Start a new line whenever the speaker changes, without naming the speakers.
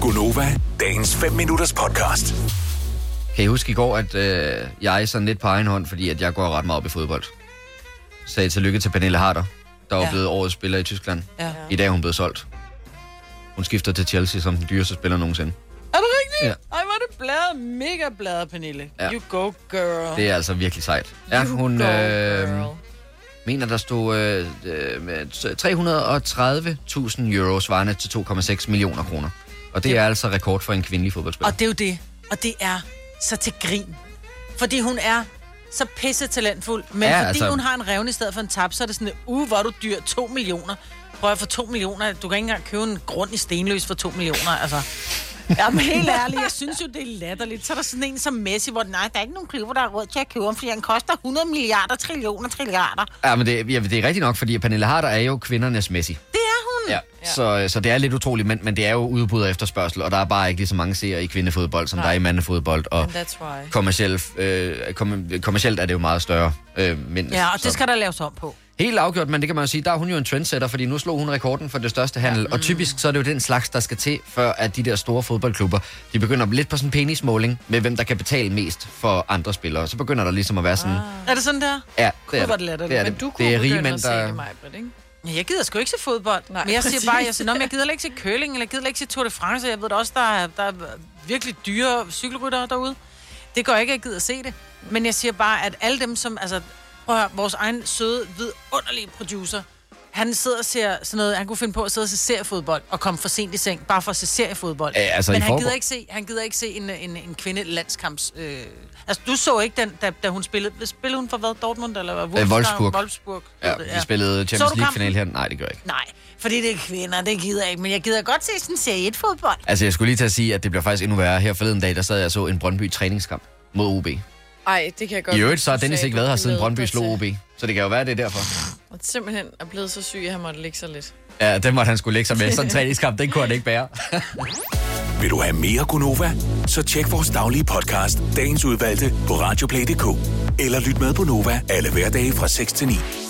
Gunova, dagens 5 minutters podcast.
Kan I huske i går, at øh, jeg sådan lidt på egen hånd, fordi at jeg går ret meget op i fodbold, sagde tillykke til Pernille Harder, der var
Ja.
blevet årets spiller i Tyskland.
Ja.
I dag er hun blevet solgt. Hun skifter til Chelsea som den dyreste spiller nogensinde.
Er det rigtigt?
Ja.
Ej, hvor er det bladet. Mega bladet, Pernille.
Ja.
Ja. You go, girl.
Det er altså virkelig sejt. Ja,
you
hun
go,
øh,
girl.
mener, der stod øh, øh, med 330.000 euro, svarende til 2,6 millioner kroner. Og det er altså rekord for en kvindelig fodboldspiller.
Og det er jo det. Og det er så til grin. Fordi hun er så pisse talentfuld. Men
Ja,
ja, fordi
altså-
altså... hun har en revne i stedet for en tab, så er det sådan, uh, hvor er du dyr. 2 millioner. Prøv at få 2 millioner. Du kan ikke engang købe en grund i Stenløs for 2 millioner. Altså. Jamen helt ærligt, jeg synes jo, det er latterligt. Så er der sådan en som Messi, hvor nej, der er ikke nogen klubber, der har råd til at købe ham, fordi han koster 100 milliarder, trillioner, trilliarder.
Ja, men det, ja, det er rigtigt nok, fordi Pernille Harder er jo kvindernes Messi.
Det er hun.
Ja, så, så det er lidt utroligt, men, men det er jo udbud og efterspørgsel, og der er bare ikke lige så mange seere i kvindefodbold, som Nej. der er i mandefodbold, og
That's why.
kommercielt, øh, kom, kommercielt er det jo meget større. Øh, men,
Ja, og
så-
det skal der laves om på.
Helt afgjort, men det kan man jo sige, der er hun jo en trendsetter, fordi nu slog hun rekorden for det største handel. Og typisk så er det jo den slags, der skal til, før at de der store fodboldklubber, de begynder lidt på sådan en penismåling med, hvem der kan betale mest for andre spillere. Så begynder der ligesom at være sådan... Ah.
Er det sådan der?
Ja,
Gud, hvor er det latterligt.
Men du kunne
det er
begynde
rige mænd,
at se
der...
det, Majbrit, ikke?
Men Jeg gider sgu ikke se fodbold.
Nej,
Nej, men jeg
præcis.
siger bare, jeg, siger, Nå, men jeg gider heller ikke se curling, eller jeg gider heller ikke se Tour de France. Jeg ved da også, der er, der er virkelig dyre cykelryttere derude. Det går ikke, at jeg gider se det. Men jeg siger bare, at alle dem, som... Altså, prøv at høre, vores egen søde, vidunderlige producer, han sidder og ser sådan noget, han kunne finde på at sidde og se seriefodbold og komme for sent i seng, bare for at se seriefodbold.
Ja, altså,
Men
i
han
forgår-
gider, ikke se, han gider ikke se en, en, en kvinde landskamps... Øh... Altså, du så ikke den, da, da hun spillede... Spillede hun for hvad? Dortmund eller hvad? Wolfsburg.
Øh, Wolfsburg.
Wolfsburg.
Ja,
hed det,
vi spillede
Så du
Champions
kampen?
League-final her. Nej, det gør jeg ikke.
Nej, fordi det er kvinder, det gider jeg ikke. Men jeg gider godt se sådan serie 1 fodbold.
Altså, jeg skulle lige til at sige, at det bliver faktisk endnu værre. Her forleden dag, der sad jeg og så en Brøndby træningskamp mod OB.
Ej, det kan jeg godt...
I øvrigt, så har
Du
Dennis
sagde,
ikke
du
været her,
blev
siden
nødt
Brøndby
til-
slog OB. Så det kan jo være, det er derfor.
Og simpelthen er blevet så syg, at han måtte ligge sig lidt.
Ja, den måtte han skulle lægge sig med. Sådan en træningskamp, den kunne han ikke bære.
Vil du have mere Gunova? Så tjek vores daglige podcast, dagens udvalgte, på radioplay.dk. Eller lyt med på Nova alle hverdage fra 6 til 9.